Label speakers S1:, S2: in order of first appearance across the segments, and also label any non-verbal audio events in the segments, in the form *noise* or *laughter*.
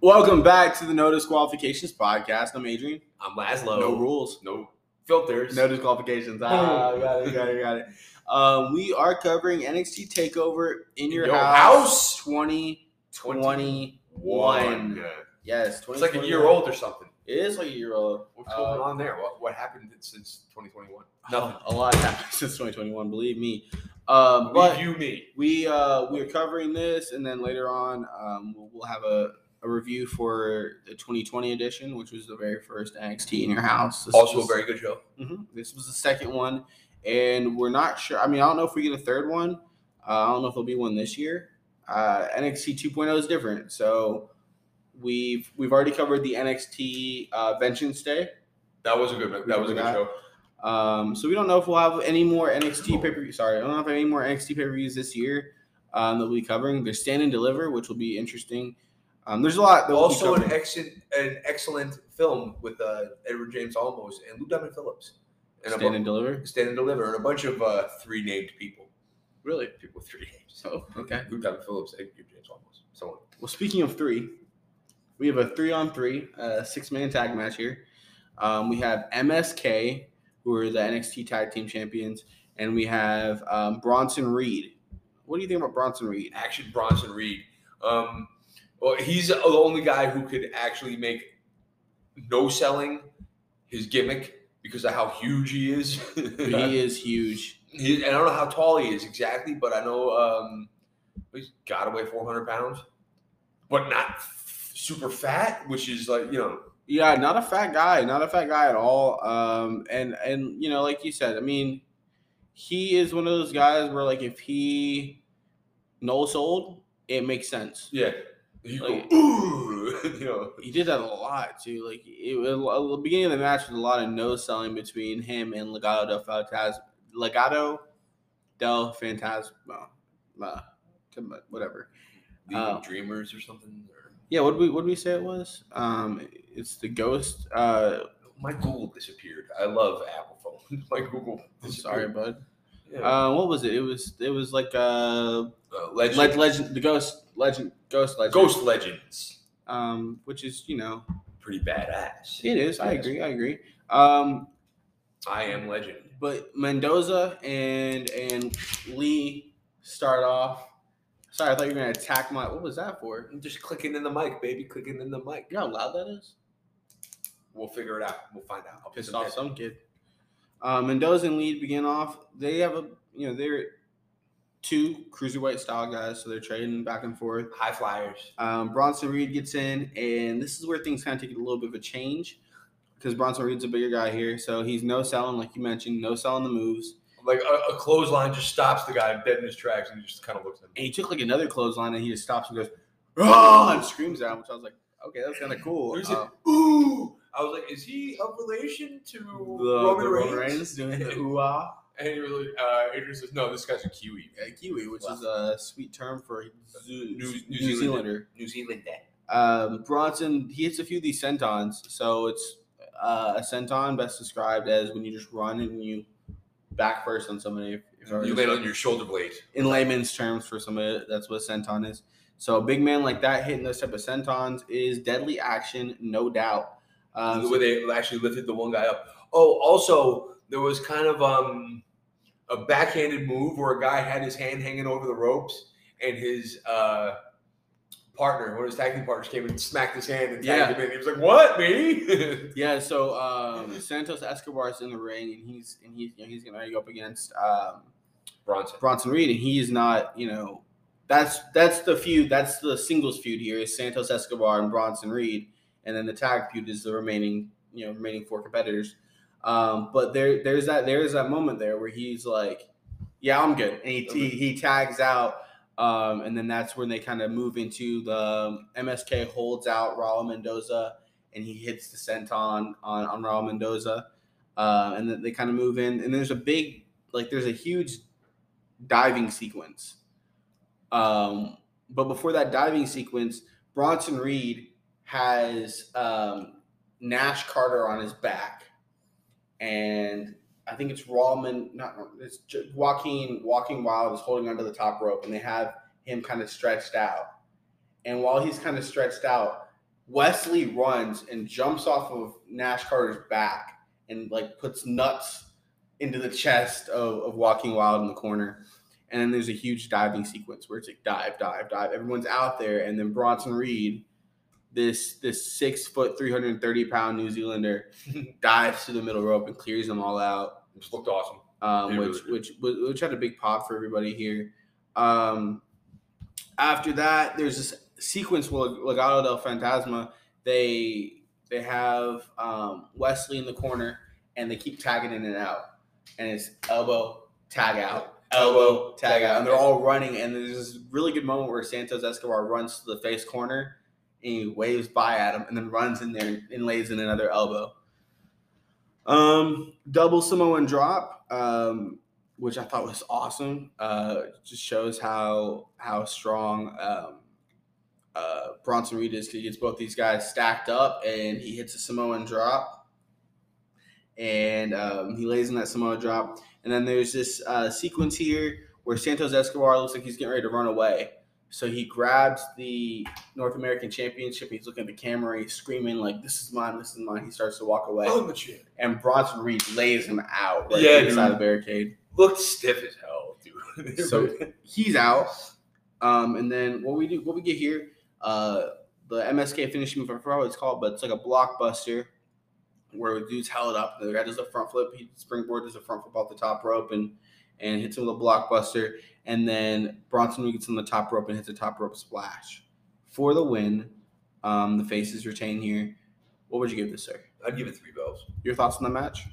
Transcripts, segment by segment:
S1: Welcome back to the No Disqualifications Podcast. I'm Adrian.
S2: I'm Laszlo.
S1: No rules. No
S2: filters.
S1: no disqualifications. Ah, got it, got it, got it. Um, we are covering NXT Takeover in your,
S2: Your
S1: house,
S2: house.
S1: 2021. Yes,
S2: It's like a
S1: 2021.
S2: year old or something.
S1: It is like a year old.
S3: What's going
S1: Uh,
S3: on there? What, what happened since 2021?
S2: Nothing.
S1: A lot happened *laughs* since 2021. Believe me. Um, but
S2: Leave you me.
S1: we uh, we are covering this, and then later on, um, we'll, we'll have a, a review for the 2020 edition, which was the very first NXT in your house. This
S2: Also a
S1: was-
S2: very good show.
S1: hmm This was the second one, and we're not sure. I mean, I don't know if we get a third one. Uh, I don't know if there'll be one this year. Uh, NXT 2.0 is different, so we've we've already covered the NXT uh, Vengeance Day,
S2: That was a good. That was a good
S1: Yeah.
S2: show.
S1: um, so we don't know if we'll have any more NXT pay per view. Sorry, I don't know if any more NXT pay per views this year um, that we'll be covering. There's Stand and Deliver, which will be interesting. Um, there's a lot. That we'll be
S2: Also an
S1: covering.
S2: excellent, an excellent film with uh, Edward James Olmos and Lou Diamond Phillips, and a
S1: Stand and
S2: bu-
S1: Deliver.
S2: Stand and Deliver, and a bunch of uh, three named people.
S1: Really?
S2: People with three names. *laughs*
S1: Oh, okay.
S2: Lou Diamond Phillips, Edward James Olmos, someone.
S1: Well, speaking of three, we have a three on three, uh, six man tag match here. Um, we have MSK, who are the NXT Tag Team Champions, and we have um, Bronson Reed. What do you think about Bronson Reed?
S2: Action Bronson Reed. Um, well, he's the only guy who could actually make no selling his gimmick because of how huge he is.
S1: Dude, he is huge.
S2: *laughs* He, I don't know how tall he is exactly, but I know um, he's got to weigh 400 pounds, but not f- super fat, which is like, you know,
S1: Yeah, not a fat guy, not a fat guy at all. Um, and and you know, like you said, I mean, he is one of those guys where like if he no sold, it makes sense.
S2: yeah. You go,
S1: Like-
S2: "Ooh," *laughs* you know,
S1: he did that a lot too. Like it was at the beginning of the match was a lot of no selling between him and Legado del Fantasma. Legado del Fantasma, uh, whatever.
S2: the
S1: Oh.
S2: Dreamers or something. Or,
S1: Yeah, what did we what did we say it was? Um, it's the ghost. Uh,
S2: my Google disappeared. I love Apple phones. *laughs* My Google.
S1: I'm sorry,
S2: disappeared.
S1: bud.
S2: Yeah.
S1: Uh, what was it? It was it was like uh,
S2: Uh, legend.
S1: legend, legend the ghost legend ghost legend
S2: Ghost Legends.
S1: um, which is you know
S2: Pretty badass.
S1: it is. I agree. I agree. Um,
S2: I am Legend.
S1: but Mendoza and and Lee start off. Sorry, I thought you were gonna attack my. What was that for?
S2: I'm just clicking in the mic, baby. Clicking in the mic.
S1: You know how loud that is.
S2: We'll figure it out. We'll find out. I'll
S1: Pissed
S2: some
S1: off
S2: attention.
S1: some kid. Um, Mendoza and Lee begin off. They have a you know they're two cruiserweight style guys, so they're trading back and forth.
S2: High flyers.
S1: Um, Bronson Reed gets in, and this is where things kind of take a little bit of a change because Bronson Reed's a bigger guy here, so he's no selling like you mentioned, no selling the moves.
S2: Like a, a clothesline just stops the guy dead in his tracks and just kind of looks at
S1: and
S2: him.
S1: he took like another clothesline and he just stops and goes oh and screams at him which i was like okay that's kind of cool
S2: He said,
S1: Uh,
S2: Um, Ooh! I was like, is he of relation to
S1: the,
S2: Roman,
S1: the
S2: Reigns?
S1: Roman Reigns doing the ooh-ah
S2: And he was like, uh, Adrian says, no, this guy's a E. Kiwi.
S1: Yeah, kiwi which is a sweet term for Zoo,
S2: New-
S1: New,
S2: New
S1: zealander,
S2: Zealander. New Zealand dad.
S1: Um, bronson he hits a few of these sentons so it's uh, a senton best described as when you just run and you back first on somebody if, if I
S2: You
S1: understand-
S2: land on your shoulder blade.
S1: in layman's terms for somebody that's what a senton is. So a big man like that hitting those type of sentons is deadly action, no doubt. Um,
S2: the way they actually lifted the one guy up. Oh, also there was kind of um, a backhanded move where a guy had his hand hanging over the ropes, and his uh, partner, one of his tag team partners, came and smacked his hand and tagged
S1: Yeah.
S2: him in. He was like, "What, me?" *laughs*
S1: yeah, so um, Santos Escobar is in the ring and he's and he's you know, he's gonna go up against um,
S2: Bronson.
S1: Bronson Reed and he is not you know that's that's the feud that's the singles feud here is Santos Escobar and Bronson Reed and then the tag feud is the remaining you know remaining four competitors. Um, but there there's that there's that moment there where he's like, yeah, I'm good, and he he, he tags out. Um, and then that's when they kind of move into the um, MSK holds out Raul Mendoza and he hits the senton on, on Raul Mendoza. Uh, and then they kind of move in. And there's a big, like, there's a huge diving sequence. Um, but before that diving sequence, Bronson Reed has um, Nash Carter on his back, and I think it's Rawman, not it's Jo- Joaquin Walking Wild is holding onto the top rope, and they have him kind of stretched out. And while he's kind of stretched out, Wesley runs and jumps off of Nash Carter's back and like puts nuts into the chest of, of Walking Wild in the corner. And then there's a huge diving sequence where it's like dive, dive, dive. Everyone's out there, and then Bronson Reed, this this six foot, three hundred and thirty pound New Zealander, *laughs* dives to the middle rope and clears them all out
S2: It looked awesome.
S1: um,
S2: It
S1: which,
S2: really did.
S1: which which which had a big pop for everybody here. Um, after that, there's this sequence with Legado del Fantasma. They they have um, Wesley in the corner, and they keep tagging in and out, and it's elbow tag out, elbow tag out, and they're all running. And there's this really good moment where Santos Escobar runs to the face corner. And he waves by at him and then runs in there and lays in another elbow. Um, double Samoan drop, um, which I thought was awesome. Uh, just shows how how strong um, uh, Bronson Reed is because he gets both these guys stacked up and he hits a Samoan drop, and um, he lays in that Samoan drop. And then there's this uh, sequence here where Santos Escobar looks like he's getting ready to run away. So he grabs the North American Championship. He's looking at the camera. He's screaming like, "This is mine! This is mine!" He starts to walk away
S2: Oh, but shit.
S1: and Bronson Reed lays him out right
S2: Yeah,
S1: inside
S2: dude.
S1: the barricade.
S2: Looked stiff as hell, dude. *laughs*
S1: So he's out. Um, and then what we do, what we get here, uh, the MSK finishing move, I forgot what it's called, but it's like a blockbuster where the dude's held up. The guy does the front flip, he springboard does a front flip off the top rope and and hits him with a blockbuster. And then Bronson Reed gets on the top rope and hits a top rope splash for the win. Um, the faces retain here. What would you give this, sir?
S2: I'd give it three bells.
S1: Your thoughts on the match?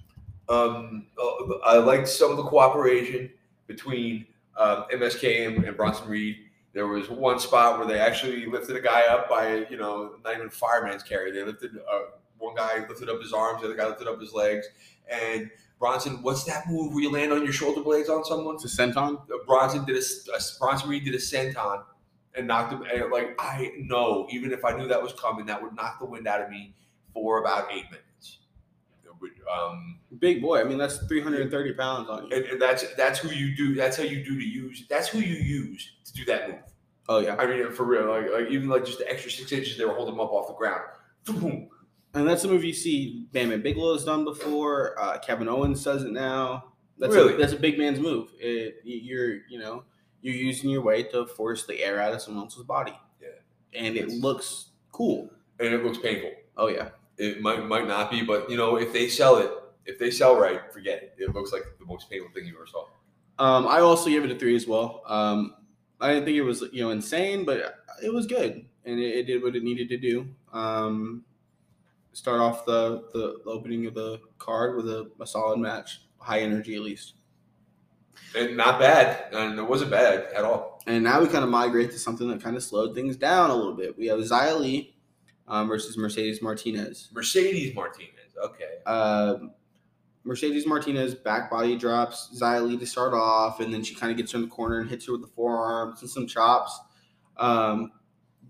S2: Um, uh, I liked some of the cooperation between um, MSK and, and Bronson Reed. There was one spot where they actually lifted a guy up by, you know, not even fireman's carry. They lifted uh, one guy lifted up his arms, the other guy lifted up his legs. And Bronson, what's that move where you land on your shoulder blades on someone? Uh,
S1: It's a senton.
S2: Bronson did a, a Bronson Reed did a senton and knocked him. And like I know, even if I knew that was coming, that would knock the wind out of me for about eight minutes. It would, Um,
S1: Big boy. I mean, that's 330 pounds on you.
S2: and, and that's that's who you do. That's how you do to use. That's who you use to do that move.
S1: Oh yeah,
S2: I mean, for real, like, like even like just the extra six inches they were holding him up off the ground. Boom.
S1: and that's a move you see Bam and Bigelow's done before. Uh, Kevin Owens does it now. That's
S2: Really?
S1: a, that's a big man's move. It, y- you're you know you're using your weight to force the air out of someone else's body.
S2: Yeah.
S1: and it
S2: That's-
S1: looks cool.
S2: And it looks painful.
S1: Oh yeah,
S2: It might might not be, but you know, if they sell it, if they sell right, forget it. It looks like the most painful thing you ever saw.
S1: um, I also give it a three as well. Um, I didn't think it was you know insane, but it was good and it, it did what it needed to do. Um, start off the the opening of the card with a, a solid match, high energy at least.
S2: And not bad. And it wasn't bad at all.
S1: And now we kind of migrate to something that kind of slowed things down a little bit. We have Xia Li um, versus Mercedes Martinez.
S2: Mercedes Martinez. Okay.
S1: Um Mercedes Martinez back body drops Xia Li to start off, and then she kind of gets her in the corner and hits her with the forearms and some chops. Um,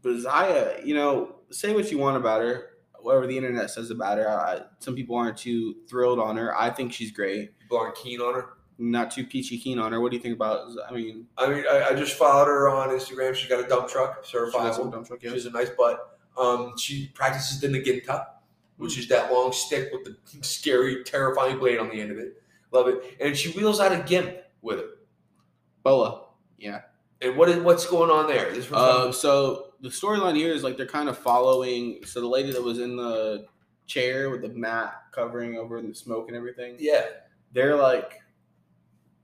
S1: but Xia, you know, say what you want about her, whatever the internet says about her. I, some people aren't too thrilled on her. I think she's great.
S2: People aren't keen on her.
S1: Not too peachy keen on her. What do you think about? I mean,
S2: I mean, I, I just followed her on Instagram. She's got a dump truck,
S1: she got some
S2: certifiable.
S1: dump truck,
S2: She
S1: yeah.
S2: has a nice butt. Um, she practices the Naginta, which is that long stick with the scary, terrifying blade on the end of it. Love it. And she wheels out a gimp with her.
S1: Boa.
S2: And what is what's going on there? This was-
S1: Um, so the storyline here is like they're kind of following. So the lady that was in the chair with the mat covering over and the smoke and everything,
S2: yeah,
S1: they're like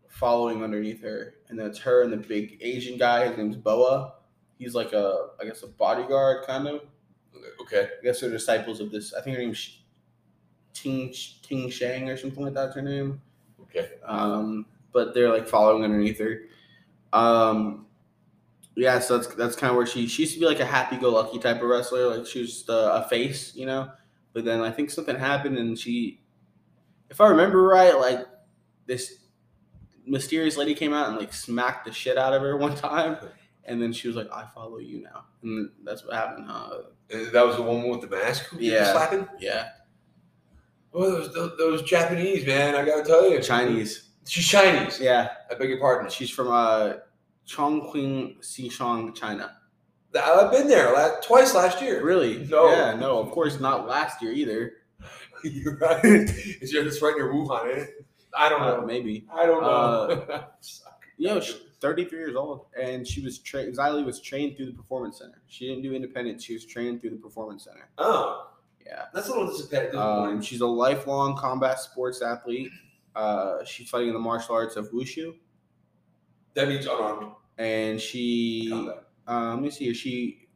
S1: following underneath her, and then it's her and the big Asian guy. His name's Boa. He's like a, I guess, a bodyguard kind of.
S2: okay.
S1: I guess they're disciples of this. I think her name's Ting Ting Shang or something like that's her name
S2: Okay.
S1: um, but they're like following underneath her. Um, yeah, so that's that's kind of where she she used to be like a happy-go-lucky type of wrestler, like she was just a, a face, you know. But then I think something happened, and she, if I remember right, like this mysterious lady came out and like smacked the shit out of her *laughs* one
S2: Um,
S1: time, and then she was like, "I follow you now," and that's what happened. Huh?
S2: And Uh, that was the woman with the mask who did the
S1: Yeah.
S2: slapping?
S1: Yeah,
S2: Oh, those, those, those Japanese, man. I got to tell you.
S1: Chinese.
S2: She's Chinese.
S1: Yeah,
S2: I beg your pardon.
S1: she's from uh, Chongqing, Sichuan, China.
S2: Th- I've been there la- twice last year.
S1: Really?
S2: No.
S1: Yeah, no, of course not last year either.
S2: *laughs* You're right. Is your that's right near Wuhan? Eh? I don't
S1: Uh,
S2: know.
S1: maybe.
S2: I don't know. uh, *laughs*
S1: You know, she's 33 years old, and she was trained. Xylee was trained through the performance center. She didn't do independent. She was trained through the performance center.
S2: oh,
S1: Yeah.
S2: that's a little disadvantage.
S1: Um, she's a lifelong combat sports athlete. Uh, she's fighting in the martial arts of wushu,
S2: that means unarmed
S1: and she
S2: combat.
S1: um, let me see here. She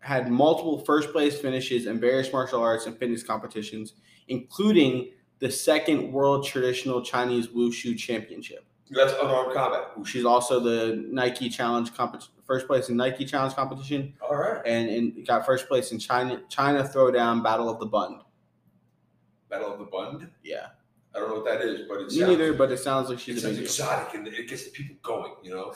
S1: had multiple first place finishes in various martial arts and fitness competitions, including the second World Traditional Chinese Wushu Championship.
S2: That's unarmed combat.
S1: She's also the Nike Challenge compet- first place in Nike Challenge competition,
S2: All right.
S1: and in, got first place in China China Throwdown Battle of the Bund.
S2: Battle of the Bund.
S1: Yeah,
S2: I don't know what that is, but it's
S1: me neither, but it sounds like
S2: It
S1: she's a
S2: sounds
S1: big deal.
S2: exotic and it gets the people going, you
S1: *laughs*
S2: know.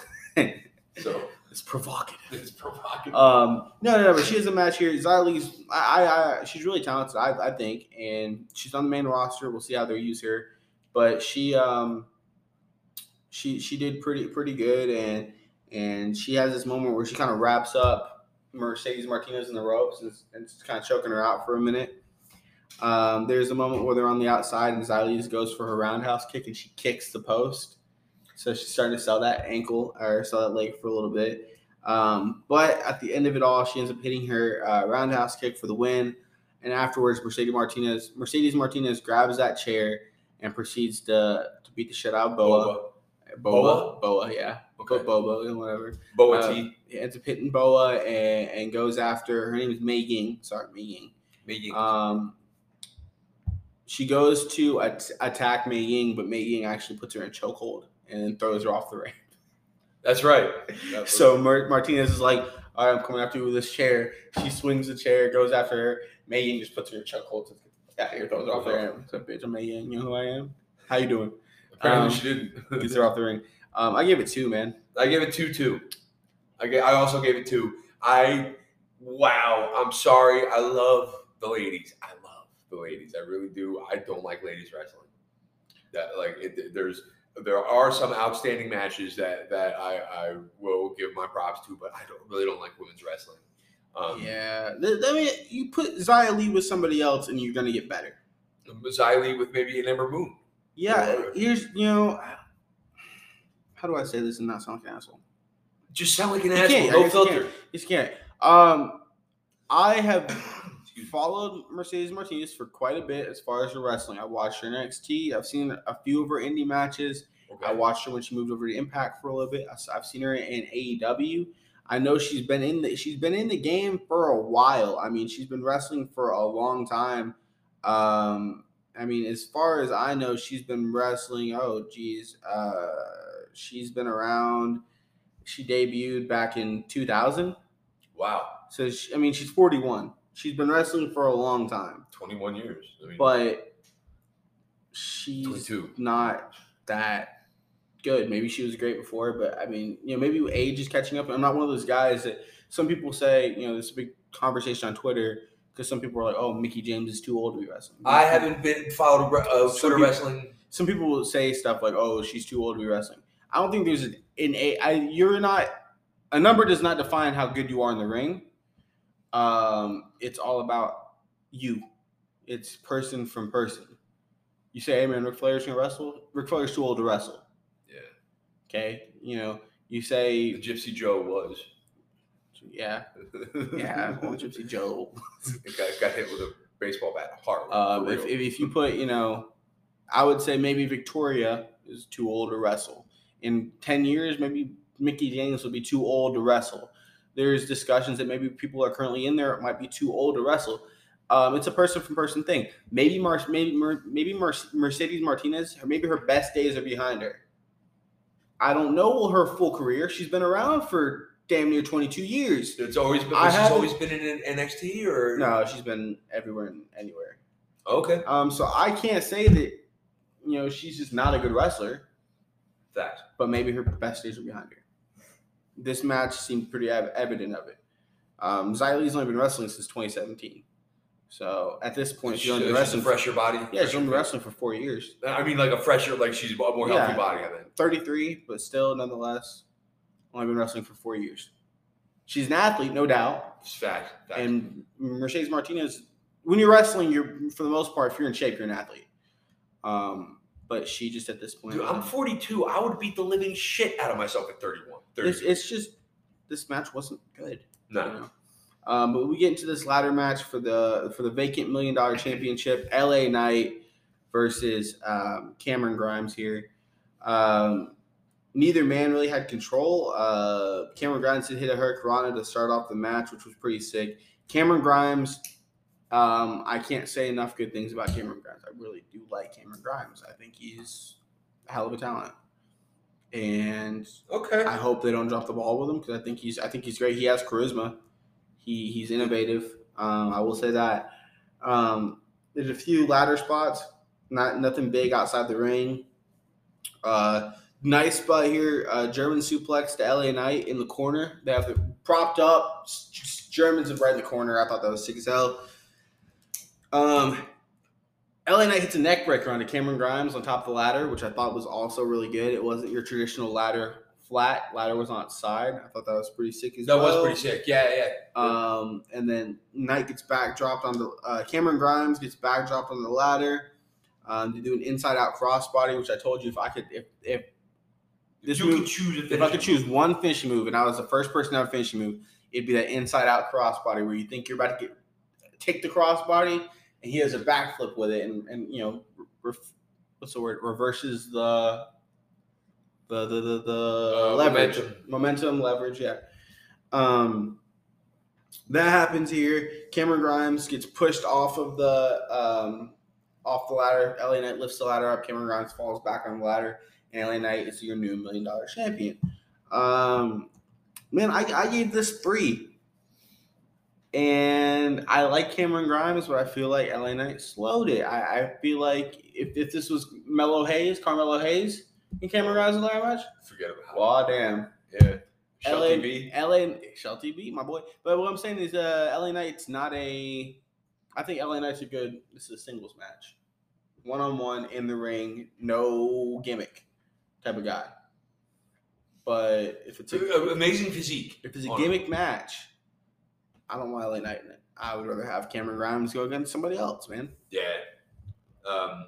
S2: so
S1: It's provocative.
S2: it's provocative.
S1: Um, no, no, no, but she has a match here. Xylee's, I, I, I, she's really talented, I, I think, and she's on the main roster. We'll see how they use her, but she, um, she, she did pretty, pretty good, and and she has this moment where she kind of wraps up Mercedes Martinez in the ropes and, and just kind of choking her out for a minute. Um, there's a moment where they're on the outside and Xylee just goes for her roundhouse kick and she kicks the post. So she's starting to sell that ankle or sell that leg for a little bit. Um, but at the end of it all, she ends up hitting her uh, roundhouse kick for the win. And afterwards, Mercedes Martinez Mercedes Martinez grabs that chair and proceeds to, to beat the shit out of Boa. Boa,
S2: Boa?
S1: Boa, yeah,
S2: Okay.
S1: Boa, whatever.
S2: Boa
S1: Uh,
S2: T.
S1: He ends up hitting Boa and, and goes after her name is Mei Ying. Sorry, Mei Ying.
S2: Making
S1: Um, she goes to at- attack Mei Ying, but Mei Ying actually puts her in a chokehold and throws her off
S2: *laughs*
S1: the ring.
S2: That's right.
S1: *laughs*
S2: That's
S1: So Mar- Martinez is like, all right, I'm coming after you with this chair. She swings the chair, goes after her. May Ying just puts her in a chokehold. to- Yeah, here goes off the ring. What's up, bitch? I'm May Ying. You know who I am? How you doing?
S2: apparently
S1: um,
S2: she didn't. *laughs*
S1: Gets her off the ring. Um, I gave it two, man.
S2: I gave it two two. I ga- I also gave it two. I wow. I'm sorry. I love the ladies. I love the ladies. I really do. I don't like ladies wrestling. That like it, there's there are some outstanding matches that that I, I will give my props to, but I don't really don't like women's wrestling. Um,
S1: Yeah. Th- I mean, you put Zia Lee with somebody else, and you're gonna get better.
S2: Xylee with maybe an Ember Moon.
S1: Yeah.
S2: Sure.
S1: Here's you know. How do I say this and not sound like an asshole?
S2: Just sound like an
S1: You
S2: asshole.
S1: can't. I
S2: No
S1: guess you
S2: filter.
S1: You just can't. Um, I have
S2: Excuse me.
S1: followed Mercedes Martinez for quite a bit as far as her wrestling. I watched her in NXT. I've seen a few of her indie matches. I
S2: Okay.
S1: watched her when she moved over to Impact for a little bit. I s- I've seen her in AEW. I know she's been in the she's been in the game for a while. I mean, she's been wrestling for a long time. Um, I mean, as far as I know, she's been wrestling. Oh, geez, uh, she's been around. She debuted back in 2000.
S2: Wow.
S1: So she, I mean, she's 41. She's been wrestling for a long time,
S2: 21 years. I mean,
S1: but she's
S2: 22.
S1: not that good. Maybe she was great before, but I mean, you know, maybe age is catching up. I'm not one of those guys that some people say. You know, this big conversation on Twitter because some people are like, "Oh, Mickey James is too old to be wrestling."
S2: I haven't been followed re- uh,
S1: Some
S2: Twitter
S1: people-
S2: wrestling
S1: Some people will say stuff like, "Oh, she's too old to be wrestling." I don't think there's an, an a. I, you're not a number does not define how good you are in the ring. Um, it's all about you. It's person from person. You say, "Hey, man, Ric Flair's gonna wrestle." Ric Flair's too old to wrestle.
S2: Yeah.
S1: Okay. You know, you
S2: the
S1: say,
S2: Gypsy Joe was.
S1: yeah, yeah, well, Gypsy Joe.
S2: *laughs* It got, got hit with a baseball bat hard.
S1: Um,
S2: for
S1: if,
S2: real.
S1: if, if you put, you know, I would say maybe Victoria is too old to wrestle. In 10 years, maybe Mickey James will be too old to wrestle. There's discussions that maybe people are currently in there might be too old to wrestle. Um, it's a person from person thing. Maybe Mar- maybe Mer- maybe Mer- Mercedes Martinez, or maybe her best days are behind her. I don't know her full career. She's been around for damn near 22 years.
S2: it's always been,
S1: I
S2: she's
S1: haven't-
S2: always been in an NXT or
S1: No, she's been everywhere and anywhere.
S2: Okay,
S1: Um, so I can't say that you know she's just not a good wrestler,
S2: that
S1: but maybe her best days are behind her. This match seemed pretty ev- evident of it. Um, Xylee's only been wrestling since 2017, so at this point she's
S2: she's,
S1: only
S2: she's
S1: been
S2: a
S1: wrestling. For,
S2: fresher body.
S1: yeah, she's
S2: Fresher
S1: only been
S2: face.
S1: wrestling for four years.
S2: I mean, like a fresher, like she's a more healthy
S1: Yeah.
S2: body. I mean,
S1: 33, but still, nonetheless, only been wrestling for four years. She's an athlete, no doubt.
S2: It's fact. fact.
S1: And Mercedes Martinez, when you're wrestling, you're for the most part, if you're in shape, you're an athlete. Um, but she just at this point,
S2: Dude, I'm 42. I would beat the living shit out of myself at 31. 30.
S1: it's, it's just this match wasn't good. you
S2: no.
S1: know. Um, but we get into this ladder match for the for the vacant million dollar championship. L.A. Knight versus um, Cameron Grimes here. Um, neither man really had control. Uh, Cameron Grimes did hit a hurricanrana to start off the match, which was pretty sick. Cameron Grimes, um, I can't say enough good things about Cameron Grimes. I really do like Cameron Grimes. I think he's a hell of a talent, and
S2: Okay.
S1: I hope they don't drop the ball with him because I think he's I think he's great. He has charisma. He he's innovative. Um, I will say that. Um, there's a few ladder spots, not nothing big outside the ring. Uh, nice spot here. Uh, German suplex to LA Knight in the corner. They have it propped up. S- s- Germans are right in the corner. I thought that was sick as hell. Um, LA Knight hits a neck breaker onto Cameron Grimes on top of the ladder, which I thought was also really good. It wasn't your traditional ladder flat. Ladder was on its side. I thought that was pretty sick as
S2: That
S1: well.
S2: was pretty sick. Yeah, yeah.
S1: Um, and then Knight gets backdropped on the uh, Cameron Grimes gets backdropped on the ladder. Um, they do an inside out crossbody, which I told you if I could if if this
S2: you
S1: move,
S2: can choose if,
S1: if I could choose one finishing move and I was the first person to have a finishing move, it'd be that inside out crossbody where you think you're about to get take the crossbody and he has a backflip with it and and you know re- what's the word reverses the the the the, the
S2: Uh,
S1: leverage
S2: momentum.
S1: momentum leverage yeah um that happens here Cameron Grimes gets pushed off of the um off the ladder LA Knight lifts the ladder up Cameron Grimes falls back on the ladder and LA Knight is your new million dollar champion um man I, I gave this three and I like Cameron Grimes, but I feel like LA Knight slowed it. I, I feel like if, if this was Melo Hayes, Carmelo Hayes, and Cameron Grimes in the match,
S2: Forget about it.
S1: well, damn.
S2: Yeah. Shell
S1: LA,
S2: TV.
S1: LA, Shell TV, my boy. But what I'm saying is, uh, LA Knight's not a. I think LA Knight's a good. This is a singles match, one on one in the ring, no gimmick, type of guy. But if it's a
S2: Uh, Amazing physique.
S1: if it's a
S2: Hold on.
S1: gimmick match, I don't want LA Knight in it. I would rather have Cameron Grimes go against somebody else, man.
S2: Yeah. Um,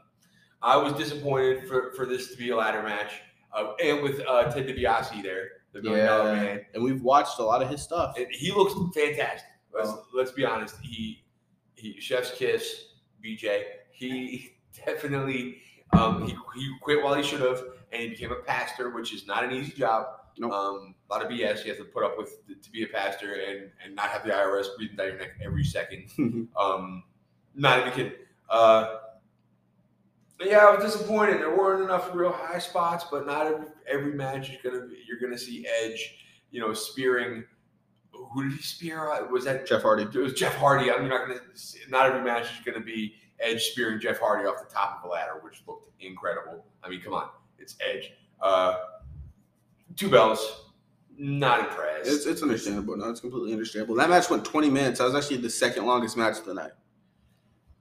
S2: I was disappointed for, for this to be a ladder match. Uh, and with uh, Ted DiBiase there, the million dollar man.
S1: and we've watched a lot of his stuff. *laughs*
S2: And he looks fantastic. Let's
S1: Oh.
S2: let's be honest. He he chef's kiss, BJ. He *laughs* definitely um, he he quit while he should have, and he became a pastor, which is not an easy job.
S1: Nope.
S2: Um, a lot of BS you have to put up with t- to be a pastor and and not have the IRS breathing down your neck every second. Um, not even kidding. Uh, but yeah, I was disappointed. There weren't enough real high spots, but not every, every match is gonna be, you're gonna see Edge, you know, spearing. Who did he spear? Uh, Was that
S1: Jeff Hardy.
S2: it was Jeff Hardy. I'm not gonna. Not every match is gonna be Edge spearing Jeff Hardy off the top of the ladder, which looked incredible. I mean, come on, it's Edge. Uh, two bells. Not impressed.
S1: It's, it's understandable. No, it's completely understandable. That match went 20 minutes. That was actually the second longest match of the night.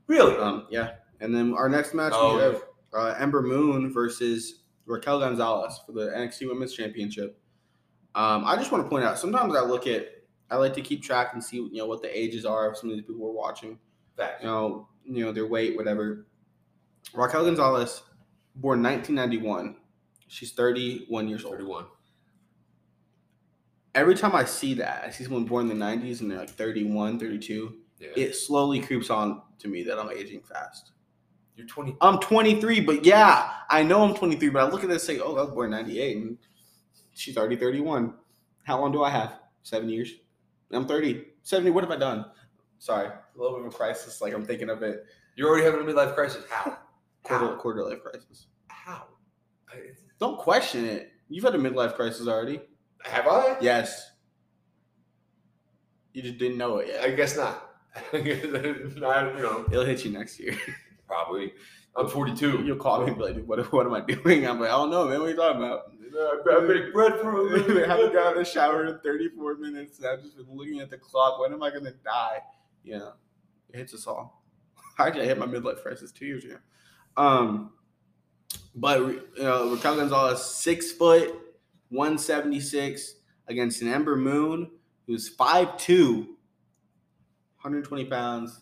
S2: really.
S1: Um, yeah. And then our next match
S2: Oh,
S1: we have uh, Ember Moon versus Raquel Gonzalez for the NXT Women's Championship. Um, I just want to point out. Sometimes I look at. I like to keep track and see you know what the ages are of some of these people we're watching.
S2: Fact.
S1: You know, you know their weight, whatever. Raquel Gonzalez, born 1991. She's 31 years old.
S2: Thirty-one.
S1: Every time I see that, I see someone born in the 90s and they're like 31, 32.
S2: Yeah.
S1: it slowly creeps on to me that I'm aging fast.
S2: You're twenty.
S1: I'm 23, but yeah, I know I'm 23, but I look at this and say, oh, I was born in 98, and she's already 31. How long do I have? Seven years. I'm 30. 70, what have I done? Sorry, a little bit of a crisis. Like I'm thinking of it,
S2: You're already having a midlife crisis. *laughs* How?
S1: quarter,
S2: How?
S1: quarter life crisis.
S2: How? I-
S1: Don't question it. You've had a midlife crisis already.
S2: Have I?
S1: Yes. You just didn't know it yet.
S2: I guess not. *laughs* I guess I didn't- I don't know.
S1: It'll hit you next year. *laughs*
S2: Probably. I'm 42.
S1: You'll call me and be like, what, what am I doing? I'm like, I don't know, man. What are you talking about?
S2: I make bread for a
S1: I *laughs*
S2: living. *laughs*
S1: haven't gotten a shower in 34 minutes. and I've just been looking at the clock. When am I going to die? Yeah, it hits us all. *laughs* Actually, I hit my midlife crisis two years ago. Um, but uh, Raquel Gonzalez, six foot, 176 against an Ember Moon, who's 5'2, 120 pounds.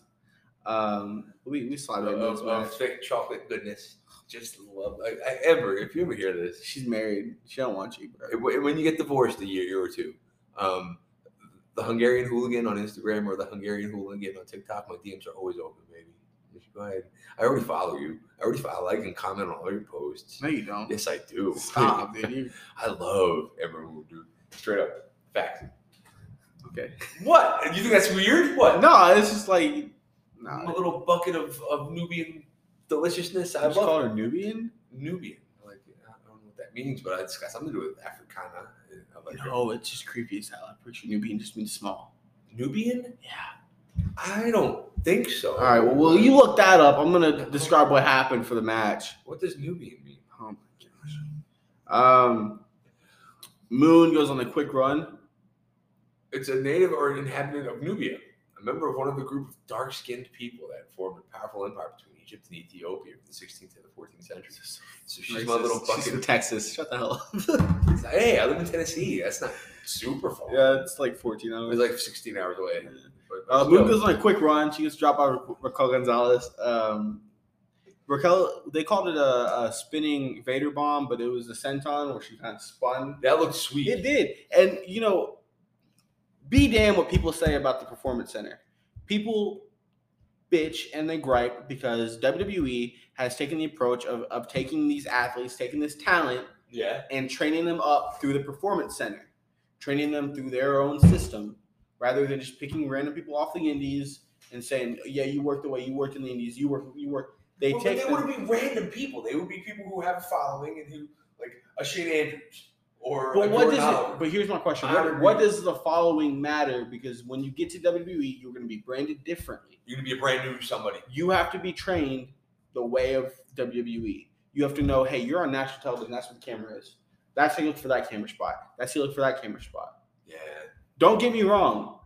S1: Um, we, we saw
S2: Of,
S1: that in this
S2: of,
S1: match.
S2: of thick chocolate goodness. Just love. I, I, Amber, if you ever hear this,
S1: She's married. She don't want you, bro.
S2: When when you get divorced a year, year or two, um, the Hungarian hooligan on Instagram or the Hungarian hooligan on TikTok, my DMs are always open, baby. Just go ahead. I already follow you. I already follow. I can comment on all your posts.
S1: No, you
S2: *laughs*
S1: don't.
S2: Yes, I do. *laughs*
S1: Stop, dude. You,
S2: I love Amber Moon, dude. Straight up, facts.
S1: Okay.
S2: What? You think that's weird? What?
S1: no, it's just like,
S2: I'm a
S1: no.
S2: little bucket of, of Nubian deliciousness. I
S1: I just
S2: love
S1: call her Nubian?
S2: Nubian. I Like, I don't know what that means, but it's got something to do with Africana. I like it.
S1: No, it's just creepy as hell. I'm pretty sure Nubian just means small.
S2: Nubian?
S1: Yeah.
S2: I don't think so.
S1: All right. Well, will you look that up? I'm gonna describe what happened for the match.
S2: What does Nubian mean?
S1: Oh my gosh. Um, Moon goes on a quick run.
S2: It's a native or an inhabitant of Nubia, a member of one of the group of dark-skinned people that formed a powerful empire between Egypt and Ethiopia from the 16th to the 14th century. So she's my
S1: Racist.
S2: little
S1: She's
S2: bucket.
S1: in
S2: of-
S1: Texas. Shut the hell up.
S2: It's like, hey, I live in Tennessee. That's not super far.
S1: *laughs* yeah, it's like 14
S2: it
S1: hours.
S2: was like 16 hours away. But-
S1: Uh,
S2: but
S1: Moon
S2: still.
S1: goes on a quick run. She gets dropped by Ra- Raquel Gonzalez. Um, Raquel, they called it a, a spinning Vader bomb, but it was a senton where she kind of spun.
S2: that looked sweet.
S1: It did. And, you know, be damn what people say about the Performance Center. People bitch and they gripe because WWE has taken the approach of, of taking these athletes, taking this talent,
S2: Yeah.
S1: and training them up through the Performance Center, training them through their own system, rather than just picking random people off the indies and saying, yeah, you work the way you work in the indies, you work, you work. They
S2: Well, but
S1: take
S2: they
S1: them-
S2: wouldn't be random people. They would be people who have a following and who, like, a Shane Andrews or
S1: But what
S2: a Jordan
S1: does
S2: Oliver.
S1: it? But here's my question:
S2: I
S1: what,
S2: agree.
S1: what does the following matter? Because when you get to WWE, you're going to be branded differently.
S2: You're going to be a brand new somebody.
S1: You have to be trained the way of WWE. You have to know, hey, you're on national television. That's what the camera is. That's how you look for that camera spot. That's how you look for that camera spot.
S2: Yeah.
S1: Don't get me wrong.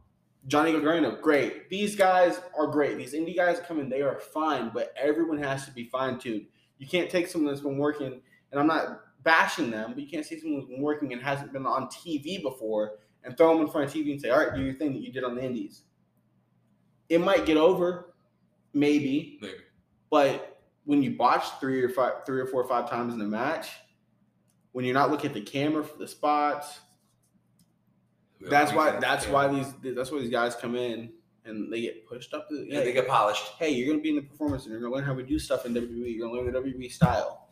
S1: Johnny Gargano, great. These guys are great. These indie guys that come in, they are fine, but everyone has to be fine tuned. You can't take someone that's been working, and I'm not bashing them, but you can't see someone who's been working and hasn't been on TV before and throw them in front of TV and say, all right, do your thing that you did on the indies. It might get over, maybe,
S2: Maybe.
S1: but when you botch three or five, three or four or five times in a match, when you're not looking at the camera for the spots, that's why. That's
S2: Yeah.
S1: why these. That's why these guys come in and they get pushed up. To,
S2: Yeah, they
S1: hey,
S2: get polished.
S1: hey, you're gonna be in the performance, and you're gonna learn how we do stuff in WWE. You're gonna learn the WWE style,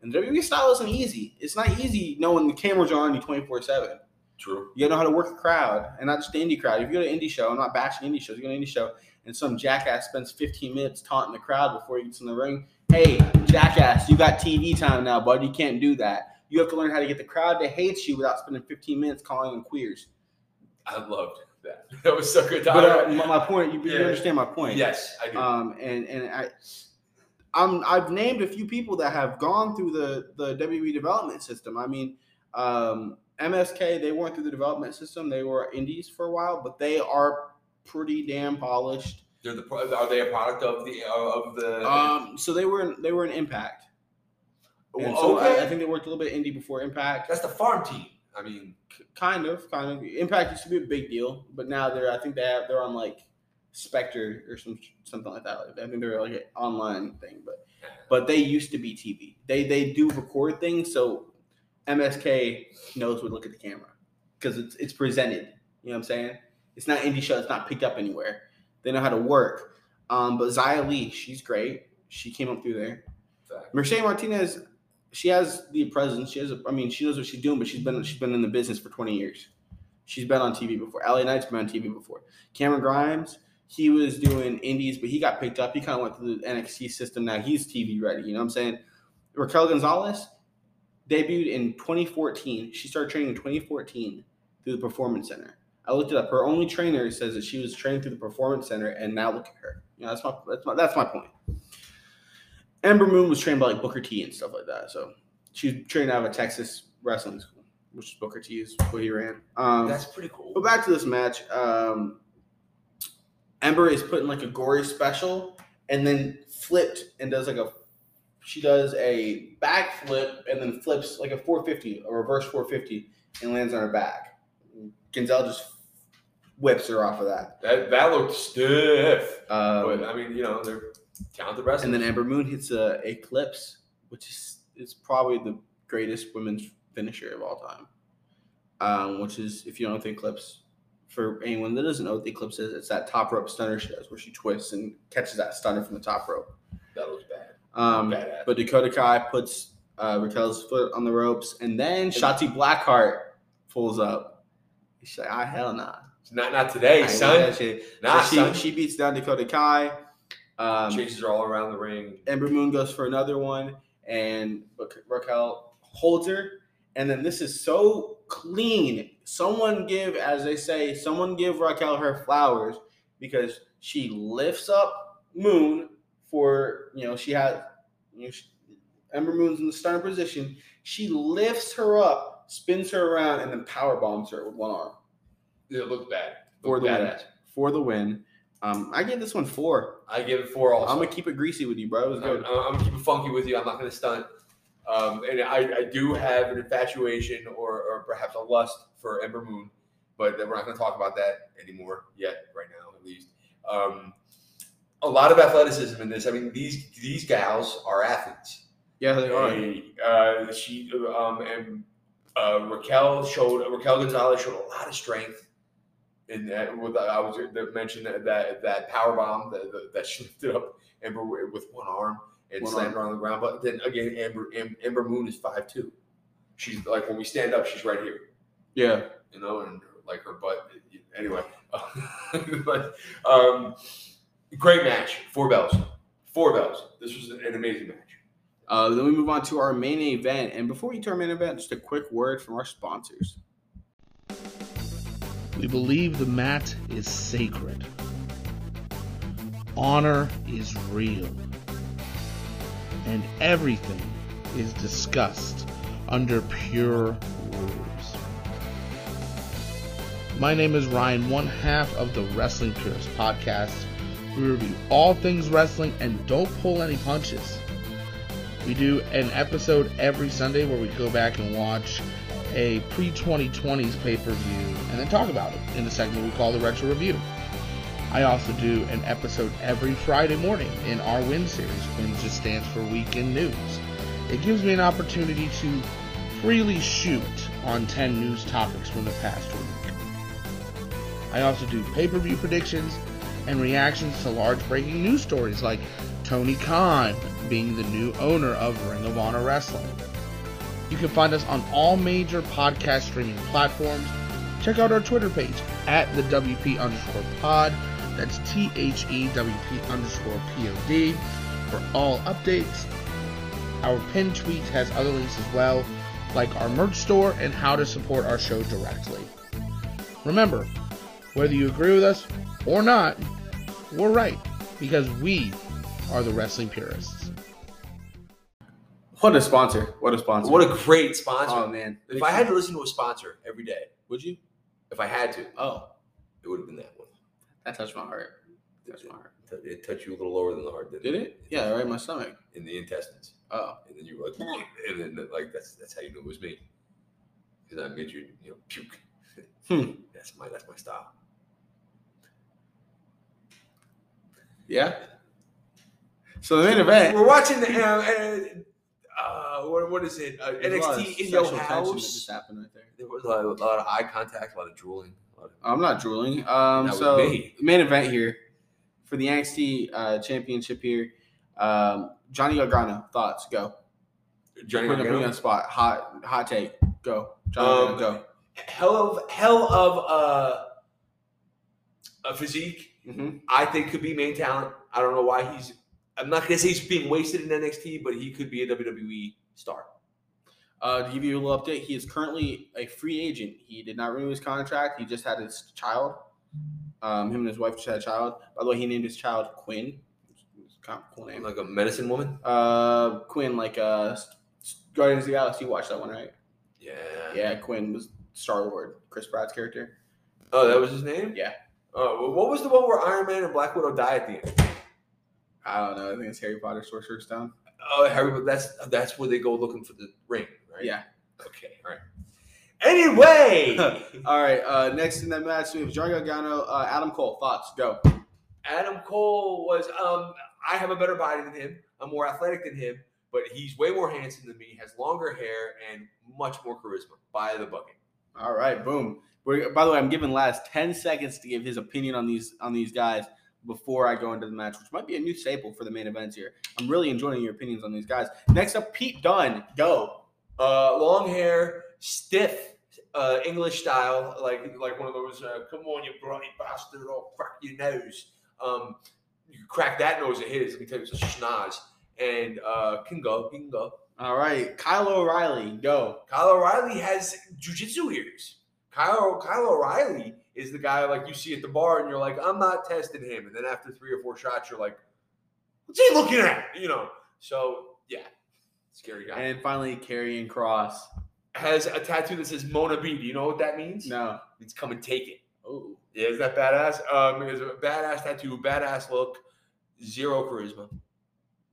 S1: and the WWE style isn't easy. It's not easy knowing the cameras are on you 24 seven.
S2: True.
S1: You gotta know how to work a crowd, and not just the indie crowd. If you go to an indie show, I'm not bashing indie shows. You go to an indie show, and some jackass spends 15 minutes taunting the crowd before he gets in the ring. Hey, jackass, you got TV time now, bud. You can't do that. You have to learn how to get the crowd to hate you without spending 15 minutes calling them queers.
S2: I loved that. *laughs* That was so good.
S1: But uh, my, my point, you, you
S2: Yeah.
S1: understand my point.
S2: yes, I do.
S1: Um, and and I, I'm I've named a few people that have gone through the the WWE development system. I mean, um, MSK they weren't through the development system. They were indies for a while, but they are pretty damn polished.
S2: They're the pro- are they a product of the uh, of the?
S1: Um, so they were they were an Impact.
S2: Well,
S1: And so
S2: okay,
S1: I, I think they worked a little bit indie before Impact.
S2: that's the farm team. I mean,
S1: Kind of, kind of. Impact used to be a big deal, but now they're I think they have they're on like Spectre or some something like that. Like, I think they're like an online thing, but but they used to be TV. They they do record things, so MSK knows would look at the camera because it's it's presented. You know what I'm saying? It's not indie show. It's not picked up anywhere. They know how to work. Um, but Zia Lee, she's great. She came up through there.
S2: fact.
S1: Mercedes Martinez, she has the presence. She has, a, I mean, she knows what she's doing, but she's been she's been in the business for 20 years. She's been on TV before. LA Knight's been on TV before. Cameron Grimes, he was doing indies, but he got picked up. He kind of went through the NXT system. Now he's TV ready. You know what I'm saying? Raquel Gonzalez debuted in 2014. She started training in 2014 through the Performance Center. I looked it up. Her only trainer says that she was trained through the Performance Center, and now look at her. You know, that's my that's my that's my point. Amber Moon was trained by like Booker T and stuff like that. So she was trained out of a Texas wrestling school, which is Booker T's what he ran. Um,
S2: That's pretty cool.
S1: but back to this match. Um, Ember is put in like a gory special and then flipped and does like a she does a backflip and then flips like a 450, a reverse 450, and lands on her back. Gonzalez just whips her off of that.
S2: That that looked stiff.
S1: Um,
S2: but I mean, you know, they're talented wrestlers.
S1: and then Amber Moon hits a Eclipse, which is is probably the greatest women's finisher of all time. Um, which is if you don't know what the Eclipse, for anyone that doesn't know what the Eclipse is, it's that top rope stunner she does, where she twists and catches that stunner from the top rope.
S2: that was bad.
S1: Um,
S2: Badass.
S1: But Dakota Kai puts uh, Raquel's foot on the ropes, and then Shotzi Blackheart pulls up. She's like, "Ah, hell nah."
S2: It's not not today,
S1: I know
S2: son.
S1: that shit.
S2: Nah,
S1: So she,
S2: son.
S1: she beats down Dakota Kai. Um,
S2: Chases her all around the ring.
S1: Ember Moon goes for another one, and Ra- Raquel holds her. And then this is so clean. Someone give, as they say, someone give Raquel her flowers because she lifts up Moon for you know she has you know, she, Ember Moon's in the stern position. She lifts her up, spins her around, and then power bombs her with one arm
S2: It looked bad.
S1: For
S2: Looked
S1: the
S2: badass.
S1: for the win. Um, I gave this one four.
S2: I give it four. Also,
S1: I'm gonna keep it greasy with you, bro. It was
S2: I'm,
S1: good.
S2: I'm gonna keep it funky with you. I'm not gonna stunt. Um, and I, I do have an infatuation or, or perhaps a lust for Ember Moon, but we're not gonna talk about that anymore yet, right now at least. Um, a lot of athleticism in this. I mean, these these gals are athletes.
S1: Yeah, they are.
S2: Uh, she um, and uh, Raquel showed Raquel Gonzalez showed a lot of strength. In that, with I was that mentioned that that, that power bomb that, that, that she *laughs* lifted up Amber wi- with one arm and
S1: One
S2: slammed her on the ground. But then again, Amber Am, Amber Moon is five two. She's like when we stand up, she's right here
S1: Yeah.
S2: you know, and like her butt. Anyway, *laughs* but um, great match. Four bells. Four bells. This was an amazing match.
S1: Uh, then we move on to our main event. And before we turn main event, just a quick word from our sponsors.
S4: We believe the mat is sacred. Honor is real. And everything is discussed under pure rules. My name is Ryan, one half of the Wrestling Purist podcast. We review all things wrestling and don't pull any punches. We do an episode every Sunday where we go back and watch a pre 2020s pay per view and then talk about it in the segment we call the Retro Review. I also do an episode every Friday morning in our WIN series. WIN just stands for Weekend News. It gives me an opportunity to freely shoot on 10 news topics from the past week. I also do pay per view predictions and reactions to large breaking news stories like Tony Khan being the new owner of Ring of Honor Wrestling. You can find us on all major podcast streaming platforms. Check out our Twitter page at the WP underscore pod. That's T H E W P underscore P O D for all updates. Our pinned tweet has other links as well, like our merch store and how to support our show directly. Remember, whether you agree with us or not, we're right because we are the wrestling purists.
S1: What a sponsor! What a sponsor!
S2: What a great sponsor.
S1: oh man!
S2: if I had to listen to a sponsor every day,
S1: would you?
S2: if I had to,
S1: Oh,
S2: it would have been that one.
S1: that touched my heart. Touched my heart.
S2: It- It touched you a little lower than the heart, didn't
S1: Did it? Yeah, right in my stomach.
S2: In the intestines.
S1: Oh,
S2: And then you were like, *laughs* and then like that's that's how you knew it was me. Because I made you, you know, puke. *laughs*
S1: Hmm.
S2: That's my that's my style.
S1: yeah. So the main event.
S2: We're watching the um, uh, uh, what, what is it? Uh,
S1: There's a lot of
S2: NXT in
S1: sexual
S2: your
S1: tension that
S2: house.
S1: just happened right there.
S2: There was a lot, a lot of eye contact, a lot of drooling. A lot of,
S1: I'm not drooling. Um,
S2: That was
S1: so
S2: me.
S1: main event here for the NXT uh, championship here. Um, Johnny Gargano thoughts go.
S2: Johnny
S1: Put him put him on
S2: Gargano.
S1: the spot. Hot hot take go. Johnny
S2: Um,
S1: Gargano,
S2: hell of hell of uh, a physique.
S1: go. hmm
S2: I think could be main talent. I don't know why he's. I'm not gonna say he's being wasted in NXT, but he could be a WWE star.
S1: Uh, to give you a little update, he is currently a free agent. He did not renew his contract. He just had his child. Um, him and his wife just had a child. By the way, he named his child Quinn. It's kind of a cool name.
S2: Like a medicine woman.
S1: Uh, Quinn, like uh, S- S- Guardians of the Galaxy. You watched that one, right?
S2: Yeah.
S1: Yeah, Quinn was Star Lord, Chris Pratt's character.
S2: Oh, that was his name.
S1: Yeah.
S2: Oh, well, what was the one where Iron Man and Black Widow die at the end?
S1: I don't know. I think it's Harry Potter Sorcerer's Stone.
S2: Oh, Harry, but that's that's where they go looking for the ring, right?
S1: Yeah.
S2: Okay, all right. Anyway,
S1: All right. Uh, next in that match, we have Johnny Gargano, uh, Adam Cole. Thoughts? Go.
S2: Adam Cole was. Um, I have a better body than him. I'm more athletic than him, but he's way more handsome than me. Has longer hair and much more charisma. By the bucket.
S1: All right. Boom. We're, by the way, I'm giving last ten seconds to give his opinion on these on these guys before I go into the match, which might be a new staple for the main events here. I'm really enjoying your opinions on these guys. Next up, Pete Dunne. Go.
S2: Uh, long hair, stiff, uh, English style, like like one of those. Uh, Come on, you bloody bastard! I'll crack your nose. Um, you crack that nose of his. Let me tell you, it's a schnoz. And uh, can go, he can go.
S1: All right, Kyle O'Reilly. Go.
S2: Kyle O'Reilly has jujitsu ears. Kyle Kyle O'Reilly is the guy like you see at the bar, and you're like, I'm not testing him. And then after three or four shots, you're like, What's he looking at? You know. So yeah, scary guy.
S1: And finally, Karrion Cross.
S2: has a tattoo that says Mona B. Do you know what that means?
S1: No.
S2: It's come and take it.
S1: Oh.
S2: Yeah, is that badass? Um, it's a badass tattoo, badass look, zero charisma,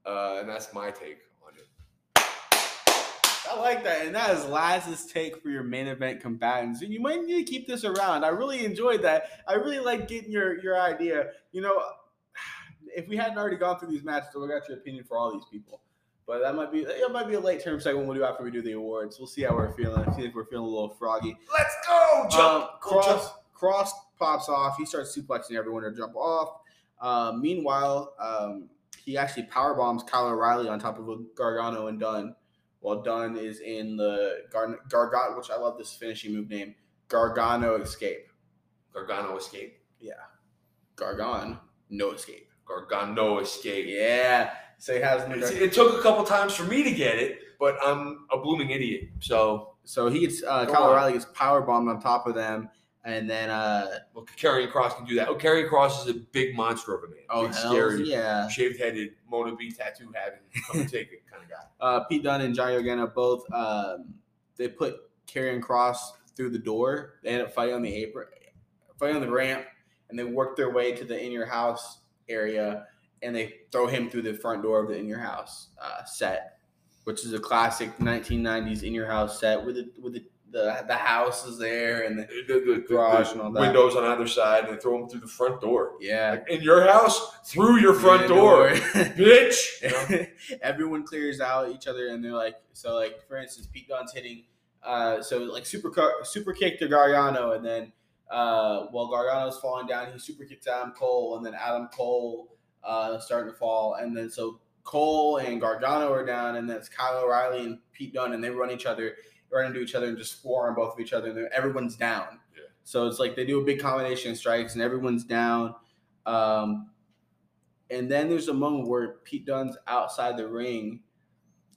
S2: uh, and that's my take on it.
S1: I like that. And that is Laz's take for your main event combatants. And you might need to keep this around. I really enjoyed that. I really like getting your your idea. You know, if we hadn't already gone through these matches, I would have got your opinion for all these people. But that might be that might be a late term segment we'll do after we do the awards. We'll see how we're feeling. See if we're feeling a little froggy.
S2: Let's go, jump,
S1: Um,
S2: Go, jump.
S1: cross cross pops off. He starts suplexing everyone to jump off. Uh, meanwhile, um, he actually power bombs Kyle O'Reilly on top of a Gargano and Dunn. While Dunn is in the Gar- Gargano, which I love this finishing move name, Gargano escape.
S2: Gargano escape.
S1: Gargan, no escape.
S2: Gargano escape.
S1: Yeah. So he has no.
S2: It's- It took a couple times for me to get it, but I'm a blooming idiot. So,
S1: So he gets uh,
S2: Go
S1: Kyle
S2: on.
S1: O'Reilly gets power bombed on top of them, and then uh,
S2: well, Karrion Cross can do that. Oh, Karrion Cross is a big monster of a man.
S1: oh
S2: big,
S1: hell
S2: scary,
S1: yeah.
S2: shaved headed, Mona B tattoo having, come and take it kind of guy.
S1: uh, Pete Dunne and Johnny Organa both um, they put Karrion Cross through the door. They end up fighting on the apron, fighting on the ramp, and they work their way to the in your house area, and they throw him through the front door of the in your house uh, set, which is a classic 1990s in your house set with the, with the, the the house is there and *laughs* the,
S2: the, the, the-
S1: Garage
S2: the
S1: and all that.
S2: windows on either side and throw them through the front door.
S1: yeah
S2: Like, in your house, through your front
S1: Yeah, *laughs*
S2: door,
S1: door.
S2: bitch. You know?
S1: *laughs* everyone clears out each other and they're like so like for instance Pete Dunne's hitting uh so like super car- super kick to Gargano and then uh while Gargano's falling down he super kicks Adam Cole and then Adam Cole uh starting to fall and then so Cole and Gargano are down and that's Kyle O'Reilly and Pete Dunne and they run each other run into each other and just four on both of each other and they're- everyone's down
S2: Yeah.
S1: so it's like they do a big combination of strikes and everyone's down um and then there's a moment where Pete Dunne's outside the ring,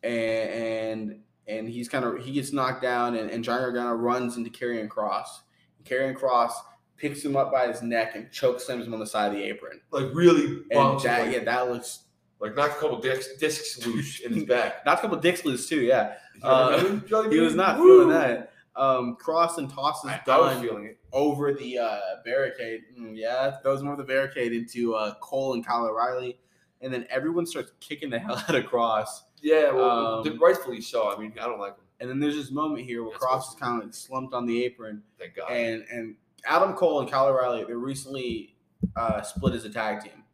S1: and and, and he's kind of he gets knocked down, and, and John Gargano runs into Karrion Cross. Karrion Cross picks him up by his neck and choke slams him on the side of the apron.
S2: Like really
S1: And
S2: bumps,
S1: that
S2: like,
S1: yeah, that looks
S2: like knocked a couple discs, discs loose in his
S1: *laughs*
S2: back.
S1: that's a couple dicks loose too. Yeah, Uh, he was not
S2: Woo!
S1: feeling that. Um, Cross and tosses
S2: I, I was
S1: Dunn
S2: feeling it.
S1: over the uh, barricade. Mm, yeah, throws him over the barricade into uh, Cole and Kyle O'Reilly, and then everyone starts kicking the *laughs* hell out of Cross.
S2: Yeah, well,
S1: Um,
S2: rightfully so. I mean, I don't like him.
S1: And then there's this moment here where
S2: That's
S1: Cross is
S2: awesome.
S1: kind of like slumped on the apron,
S2: Thank God.
S1: and and Adam Cole and Kyle O'Reilly they recently uh, split as a tag team,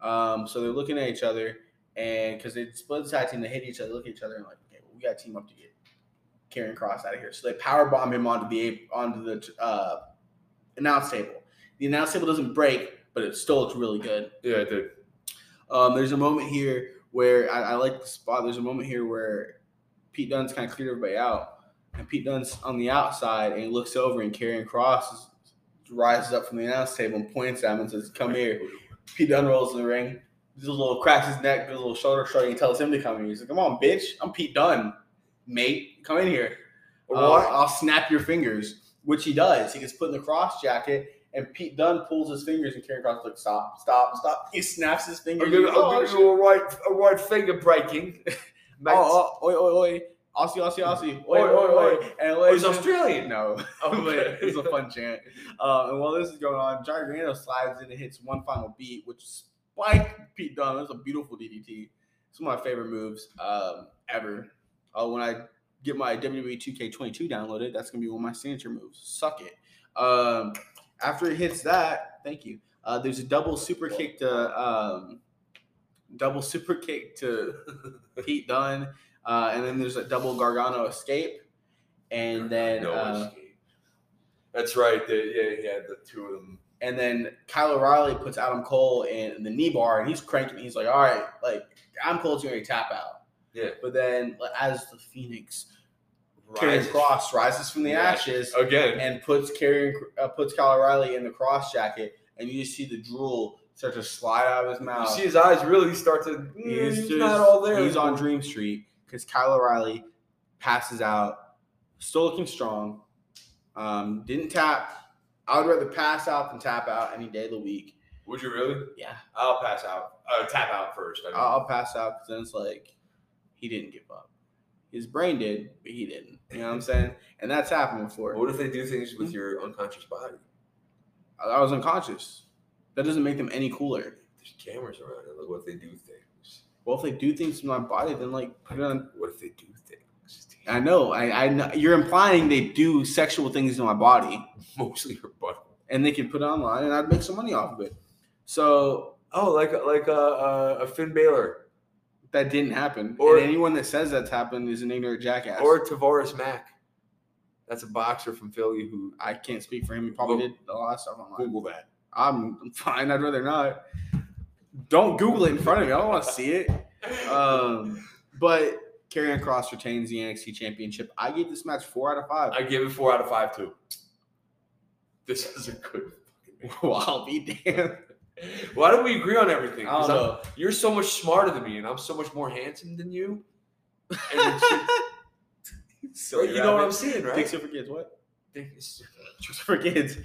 S1: um, so they're looking at each other, and because they split as a tag team, they hit each other, look at each other, and like, okay, we got to team up to get Karen Cross out of here. So they power bomb him onto the ape, onto the uh, announce table. The announce table doesn't break, but it still looks really good.
S2: yeah, dude.
S1: Um, there's a moment here where I, I like the spot. There's a moment here where Pete Dunne's kind of cleared everybody out, and Pete Dunne's on the outside and he looks over, and Karrion Cross is, rises up from the announce table and points at him and says, "Come here." Pete Dunne rolls in the ring, does a little cracks his neck, does a little shoulder shrug, and tells him to come here. He's like, "Come on, bitch! I'm Pete Dunne, mate. Come in here. I'll,
S2: What?
S1: Uh, I'll snap your fingers." Which he does. He gets put in the cross jacket. And Pete Dunne pulls his fingers, and Karrion Cross is like, "Stop! Stop! Stop!" He snaps his fingers.
S2: I'll give,
S1: He's like,
S2: I'll
S1: "Oh,
S2: give
S1: shit."
S2: you a right, a right finger breaking. *laughs* Mate.
S1: Oh, oh, oi, oi, oi. Aussie, Aussie, Aussie. Oi,
S2: Oi,
S1: oi,
S2: oi,
S1: oi. And
S2: oh, he's
S1: ladies and- *laughs*
S2: Australian.
S1: No.
S2: Okay.
S1: it's a fun chant. Uh, and while this is going on, Johnny Randall slides in and hits one final beat, which spiked Pete Dunne. That's a beautiful DDT. It's one of my favorite moves um, ever. Uh, when I get my WWE 2K22 downloaded. That's gonna be one of my signature moves. Suck it. Um, after it hits that, thank you. Uh, there's a double super kick to um, double super kick to Pete Dunn, uh, and then there's a double Gargano escape, *laughs* and then
S2: No
S1: uh,
S2: escape. That's right. They, yeah, yeah, the two of them.
S1: and then Kyle O'Reilly puts Adam Cole in the knee bar, and he's cranking. He's like, "All right, like Adam Cole's gonna tap out."
S2: Yeah.
S1: But then, like, as the Phoenix, Karrion
S2: rises
S1: Cross rises from the
S2: Yeah.
S1: ashes
S2: again.
S1: and puts Karrion, uh, puts Kyle O'Reilly in the cross jacket, and you just see the drool start to slide out of his
S2: You
S1: mouth.
S2: see his eyes really start to. mm, He's,
S1: He's, just,
S2: not all there.
S1: He's on Dream Street because Kyle O'Reilly passes out, still looking strong. Um, didn't tap. I would rather pass out than tap out any day of the week.
S2: Would you really?
S1: Yeah,
S2: I'll pass out. Uh, tap out first. I mean.
S1: I'll, I'll pass out because then it's like he didn't give up. His brain did, but he didn't. You know what I'm saying? And that's happened before.
S2: what if they do things
S1: Hmm?
S2: with your unconscious body?
S1: I, I was unconscious. That doesn't make them any cooler.
S2: There's cameras around. and Look what if they do things.
S1: Well, if they do things to my body, then like put it on.
S2: What if they do things?
S1: I know. I, I know. You're implying they do sexual things to my body.
S2: *laughs* Mostly your butt.
S1: and they can put it online and I'd make some money off of it. So
S2: Oh, like like a uh, a Finn Balor
S1: that didn't happen.
S2: Or-
S1: and anyone that says that's happened is an ignorant jackass.
S2: or Tavares Mack. That's a boxer from Philly who
S1: I can't speak for him. He probably
S2: Well-
S1: did a lot of stuff online.
S2: Google that.
S1: I'm I'm fine. I'd rather not. Don't Google it in front of me. I don't want to see it.
S2: uh,
S1: Um, but Karrion Cross retains the NXT Championship. I gave this match four out of five. *laughs*
S2: I give it four out of five too. This is a good.
S1: well, I'll be damned.
S2: Why don't we agree on everything?
S1: I
S2: 'Cause
S1: don't
S2: I'm-
S1: know.
S2: You're so much smarter than me, and I'm so much more handsome
S1: *laughs*
S2: than you. And it's just-
S1: Silly
S2: you know what
S1: rabbit.
S2: I'm saying, right?
S1: Dicks over kids. What?
S2: *laughs*
S1: just for kids.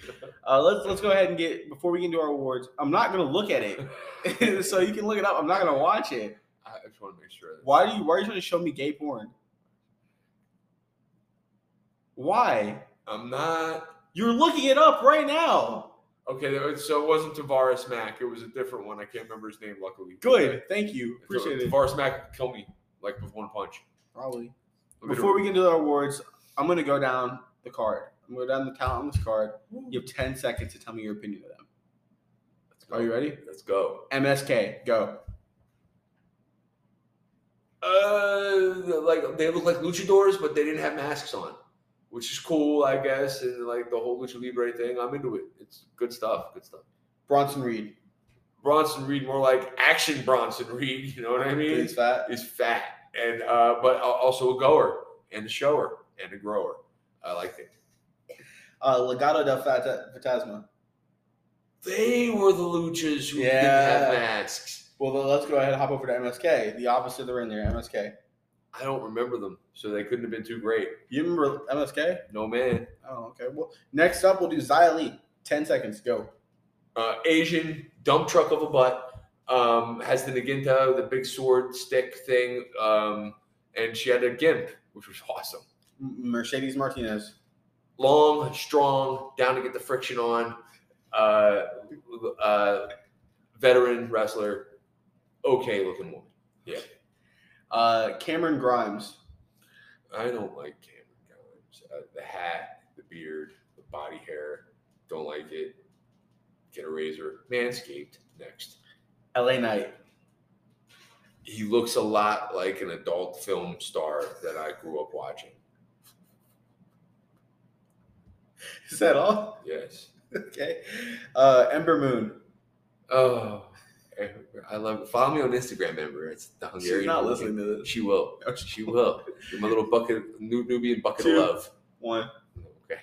S1: Uh, let's let's go ahead and get before we get into our awards. I'm not gonna look at it, *laughs* so you can look it up. I'm not gonna watch it.
S2: I just want to make sure.
S1: Why do you? Why are you trying to show me gay porn? Why?
S2: I'm not
S1: You're looking it up right now.
S2: okay. there- So it wasn't Tavares Mack. It was a different one. I can't remember his name. Luckily,
S1: Good. Thank you.
S2: If
S1: Appreciate it.
S2: Tavares Mack could kill me like with one punch.
S1: Probably.
S2: Look at
S1: Before we
S2: him.
S1: get into our awards, I'm gonna go down the card. I'm gonna go down the talent on this card. You have 10 seconds to tell me your opinion of them.
S2: Let's go.
S1: Are you ready?
S2: Let's go.
S1: MSK, go.
S2: Uh, like they look like luchadors, but they didn't have masks on, which is cool, I guess. And like the whole lucha libre thing, I'm into it. It's good stuff. Good stuff.
S1: Bronson Reed.
S2: Bronson Reed, more like action Bronson Reed. You know what I mean?
S1: Please, fat.
S2: is fat and uh, but al- also a goer and a shower and a grower. I like it.
S1: Uh, Legado del Fata- Fantasma.
S2: They were the luchas who
S1: Yeah.
S2: didn't have masks.
S1: Well, then let's go ahead and hop over to MSK, the opposite of the ring there, MSK.
S2: I don't remember them, so they couldn't have been too great.
S1: You remember MSK?
S2: No man,
S1: Oh, okay. Well, next up, we'll do Xia Li. 10 seconds, go.
S2: uh, Asian dump truck of a butt um, has the naginta, the big sword stick thing, um, and she had a gimp, which was awesome.
S1: M- Mercedes Martinez.
S2: long, strong, down to get the friction on, uh, uh, veteran wrestler, okay looking woman.
S1: Uh, Cameron Grimes.
S2: I don't like Cameron Grimes. Uh, the hat, the beard, the body hair, don't like it. Get a razor. Manscaped next.
S1: LA Knight. *laughs*
S2: He looks a lot like an adult film star that I grew up watching.
S1: Is that all?
S2: Yes.
S1: Okay. Uh, Ember Moon.
S2: Oh, I love it. Follow me on Instagram, Ember. It's the Hungarian.
S1: She's not
S2: Hurricane.
S1: listening to this.
S2: She will.
S1: Oh, she-
S2: She will. You're my little bucket, new Nubian bucket
S1: Two.
S2: of love.
S1: One.
S2: Okay.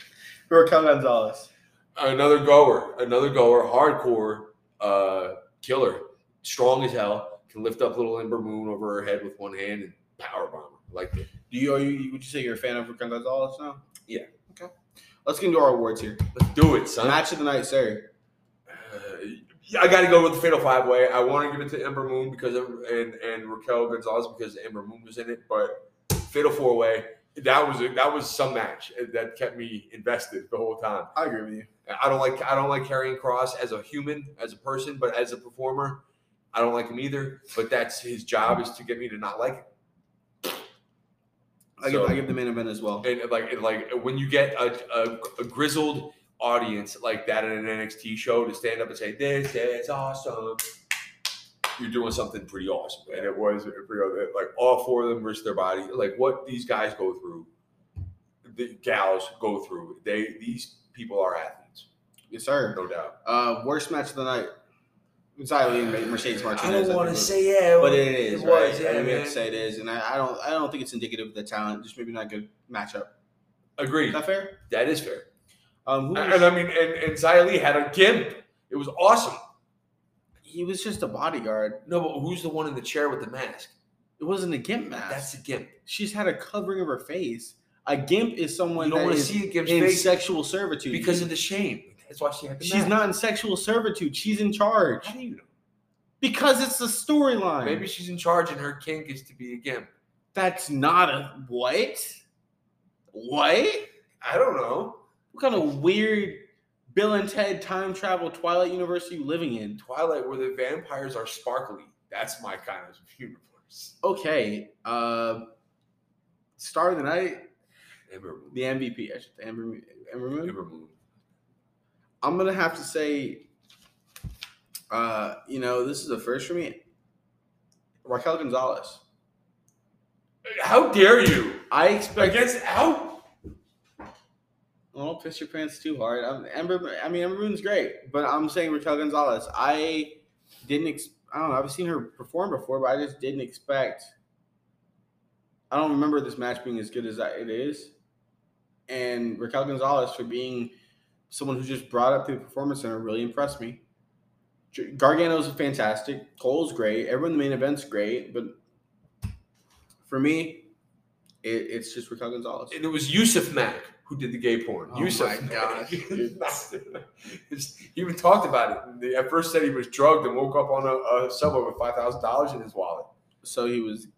S1: Raquel Gonzalez.
S2: Another goer, another goer, hardcore uh, killer, strong as hell. Can lift up little Ember Moon over her head with one hand and power bomb her. Like that.
S1: Do you, are you, would you say you're a fan of Raquel Gonzalez now?
S2: Yeah.
S1: Okay. Let's get into our awards here.
S2: Let's do it, son.
S1: Match of the night, sir.
S2: Uh, yeah, I got to go with the Fatal Five Way. I want to give it to Ember Moon because of, and and Raquel Gonzalez because Ember Moon was in it, but Fatal Four Way that was a, that was some match that kept me invested the whole time.
S1: I agree with you.
S2: I don't like I don't like carrying Cross as a human, as a person, but as a performer, I don't like him either. But that's his job is to get me to not like. Him.
S1: I give I give the main event as well.
S2: and like and like when you get a, a, a grizzled audience like that at an NXT show to stand up and say this is awesome, you're doing something pretty awesome. And it was pretty awesome. like all four of them risked their body. Like what these guys go through, the gals go through. They these people are athletes,
S1: Yes, sir.
S2: no doubt.
S1: Uh, worst match of the night. It's highly Mercedes Martinez. I think,
S2: wanna
S1: but-
S2: yeah,
S1: but it is.
S2: It
S1: right?
S2: was, yeah,
S1: I think we have
S2: man.
S1: to say it is, and I, I don't. I don't think it's indicative of the talent. Just maybe not a good matchup. Is
S2: Agreed.
S1: that fair?
S2: That is fair.
S1: Um, who
S2: And
S1: was,
S2: I mean, and and Xylee had a gimp. It was awesome.
S1: he was just a bodyguard.
S2: No, but who's the one in the chair with the mask?
S1: It wasn't a gimp mask.
S2: That's a gimp.
S1: She's had a covering of her face. A gimp is someone
S2: you don't
S1: that
S2: want to
S1: is
S2: see a gimp's
S1: in
S2: face
S1: sexual servitude
S2: because of the shame. That's why she had the
S1: She's
S2: mask.
S1: not in sexual servitude. She's in charge
S2: How do you know?
S1: because it's the storyline.
S2: Maybe she's in charge, and her kink is to be a gimp.
S1: that's not a what? What?
S2: I don't know.
S1: What kind of weird Bill and Ted time travel Twilight universe are you living in?
S2: Twilight, where the vampires are sparkly. That's my kind of universe.
S1: Okay, uh, star of the night,
S2: Ember Moon.
S1: the MVP, I should, Amber, Amber Moon.
S2: Ember Moon.
S1: I'm gonna have to say, uh, you know, this is a first for me. Raquel Gonzalez.
S2: How dare you?
S1: I expect.
S2: Against how?
S1: Well, don't piss your pants too hard. I'm, Amber, I mean, Amber Moon's great, but I'm saying Raquel Gonzalez. I didn't. Ex- I don't know. I've seen her perform before, but I just didn't expect. I don't remember this match being as good as I- it is, and Raquel Gonzalez for being someone who just brought up the performance center really impressed me. J- Gargano's fantastic. Cole's great. Everyone in the main event's great, but for me, it, it's just Raquel Gonzalez.
S2: And it was Yusuf Mack who did the gay porn.
S1: Oh
S2: Yusuf
S1: my
S2: *laughs* Mack. he even talked about it. At first said he was drugged and woke up on a, a subway with five thousand dollars in his wallet.
S1: So he was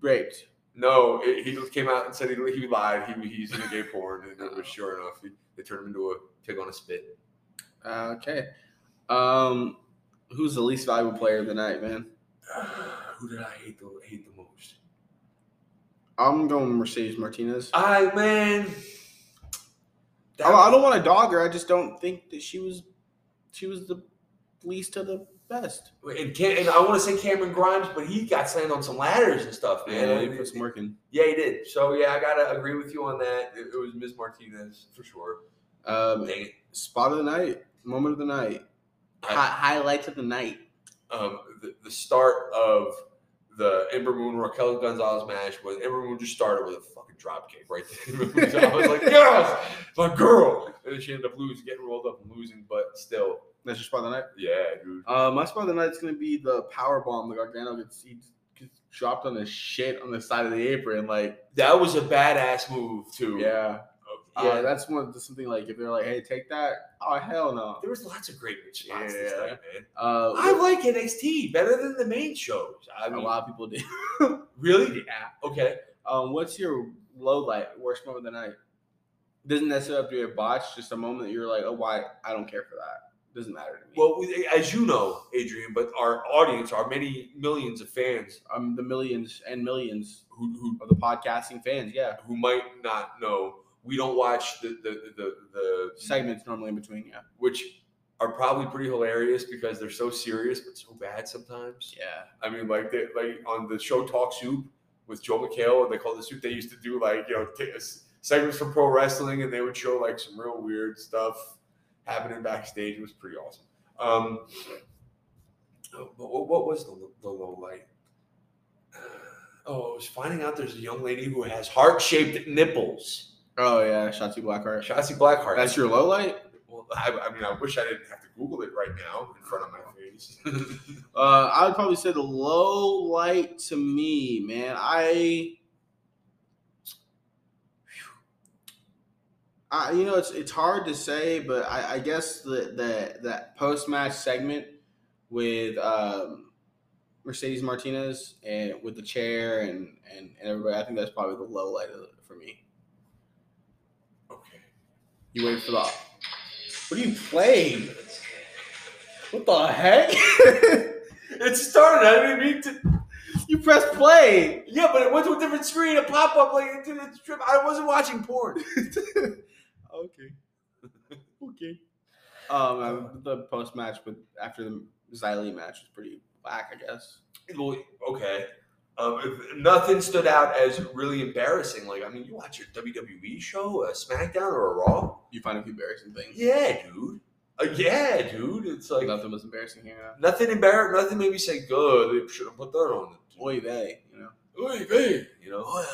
S1: raped.
S2: No, it, he just came out and said he, he lied. He, he's in a gay porn, and it was sure enough. He, they turned him into a pig on a spit.
S1: Uh, okay. Um, who's the least valuable player of the night, man?
S2: *sighs* Who did I hate the hate the most?
S1: I'm going Mercedes Martinez. I,
S2: I man. That,
S1: I don't want to dog her. I just don't think that she was she was the least of the best.
S2: and, Cam, and I want to say Cameron Grimes, but he got slammed on some ladders and stuff, man.
S1: Yeah, he
S2: And-
S1: put some work in.
S2: yeah, he did. So yeah, I gotta agree with you on that. It, it was Ms. Martinez for sure.
S1: Um,
S2: Dang it.
S1: spot of the night, moment of the night, hi-
S2: I-
S1: highlights of the night.
S2: um, the, the start of the Ember Moon Raquel Gonzalez match was Ember Moon just started with a fucking drop kick right there. So I was *laughs* like, yes, my girl, and then she ended up losing, getting rolled up and losing, but still,
S1: That's your spot of the night.
S2: yeah, dude.
S1: Uh, my spot of the night is gonna be the power bomb. The Gargano gets he gets dropped on his shit on the side of the apron. Like,
S2: That was a badass move too.
S1: yeah,
S2: yeah.
S1: Uh, that's one something like if they're like, hey, take that. Oh hell no.
S2: there was lots of great spots this
S1: Yeah.
S2: night, man.
S1: Uh,
S2: I like NXT better than the main shows. I
S1: a
S2: mean,
S1: lot of people do. *laughs*
S2: really? Yeah. Okay.
S1: Um, what's your low light, worst moment of the night? Doesn't necessarily have to be a botch, just a moment that you're like, oh, why? I don't care for that. Doesn't matter to me.
S2: Well, we- as you know, Adrian, but our audience, our many millions of fans
S1: I'm the millions and millions
S2: who, who
S1: of the podcasting fans. Yeah,
S2: who might not know, we don't watch the the the, the
S1: segments normally in between. Yeah,
S2: which are probably pretty hilarious because they're so serious but so bad sometimes.
S1: yeah.
S2: I mean, like they, like on the show Talk Soup with Joe McHale, and they called the soup. They used to do like you know t- uh, segments from pro wrestling, and they would show like some real weird stuff happening backstage. It was pretty awesome. Um, but what, what was the, the low light? Oh, it was finding out there's a young lady who has heart shaped nipples.
S1: Oh yeah, Shotzi Blackheart.
S2: Shotzi Blackheart.
S1: That's your low light.
S2: Well, I, I mean, I wish I didn't have to Google it right now in front of my
S1: *laughs*
S2: face.
S1: Uh, I would probably say the low light to me, man. I, I you know, it's it's hard to say, but I, I guess the the that post match segment with um, Mercedes Martinez and with the chair and, and and everybody, I think that's probably the low light of, the- for me.
S2: okay.
S1: You wait for the. *laughs* What are you playing? What the heck?
S2: *laughs* It started. I didn't mean to.
S1: You press *laughs* play.
S2: Yeah, but it went to a different screen. It popped up like into the strip. I wasn't watching porn.
S1: Okay. Oh, *laughs* okay. Um, um, the post match with after the Xylee match was pretty whack, I guess.
S2: Well, okay. Um, if nothing stood out as really embarrassing. Like, I mean, you watch your WWE show, a SmackDown or a Raw?
S1: You find a few embarrassing things.
S2: Yeah, dude. Uh, yeah, dude. It's like nothing,
S1: Nothing was embarrassing here.
S2: nothing embarrassing. Nothing made me say, "Good, they should have put that on." it."
S1: Oy vey, you know.
S2: Oy vey, you know, oy, oy.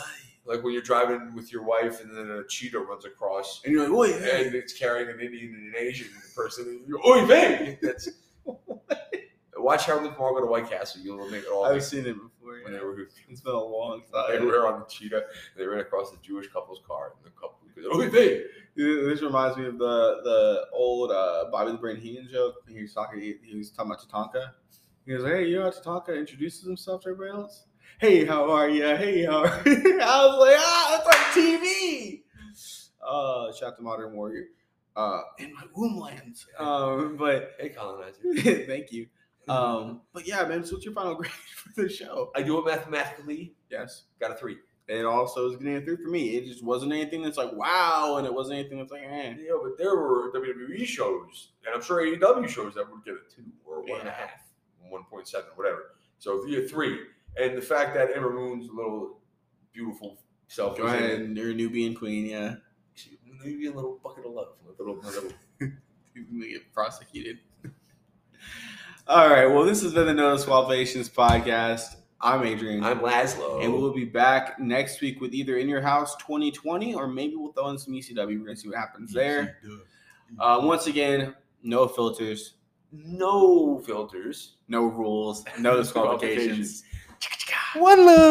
S2: like when you're driving with your wife and then a cheetah runs across
S1: And you're like, oy vey.
S2: and it's carrying an Indian and an Asian person. And you're, Oy vey! That's watch Harold and Margot to White Castle. You'll make it all. *laughs*
S1: I've seen it before.
S2: when
S1: Yeah.
S2: they were
S1: It's been a long
S2: *laughs* they
S1: time.
S2: were on the cheetah. They ran across the Jewish couple's car, and the couple goes, "Oy vey!"
S1: Dude, This reminds me of the the old uh, Bobby the Brain Heenan joke. He was talking. He, he was talking about Tatanka. He goes, "Hey, you know how Tatanka introduces himself to everybody else? Hey, how are you? Hey, how are *laughs* you? I was like, ah, that's on TV. Uh, shout out to Modern Warrior. Uh, in my womblands. Um, but *laughs*
S2: Hey, colonizer.
S1: thank you. Um, but yeah, man. So what's your final *laughs* grade for the show?
S2: I do it mathematically.
S1: Yes.
S2: Got a three.
S1: It also is getting a three for me. It just wasn't anything that's like wow, and it wasn't anything that's like eh.
S2: Yeah, but there were WWE shows, and I'm sure AEW shows that would give it two or one
S1: Yeah.
S2: and a half, 1.7, whatever. So you get three. And the fact that Ember Moon's little beautiful self
S1: Go
S2: was in
S1: ahead,
S2: it,
S1: you're a newbie and queen, yeah. *laughs*
S2: she- maybe a little bucket of love, a little, a little
S1: You're gonna get prosecuted. *laughs* All right. Well, this has been the Notice Salvations podcast. I'm Adrian,
S2: I'm Laszlo.
S1: and we'll be back next week with either In Your House 2020 or maybe we'll throw in some ECW. We're gonna see what happens there. Uh, once again, no filters,
S2: no filters.
S1: no rules, no disqualifications.
S2: Qualifications.
S1: One love.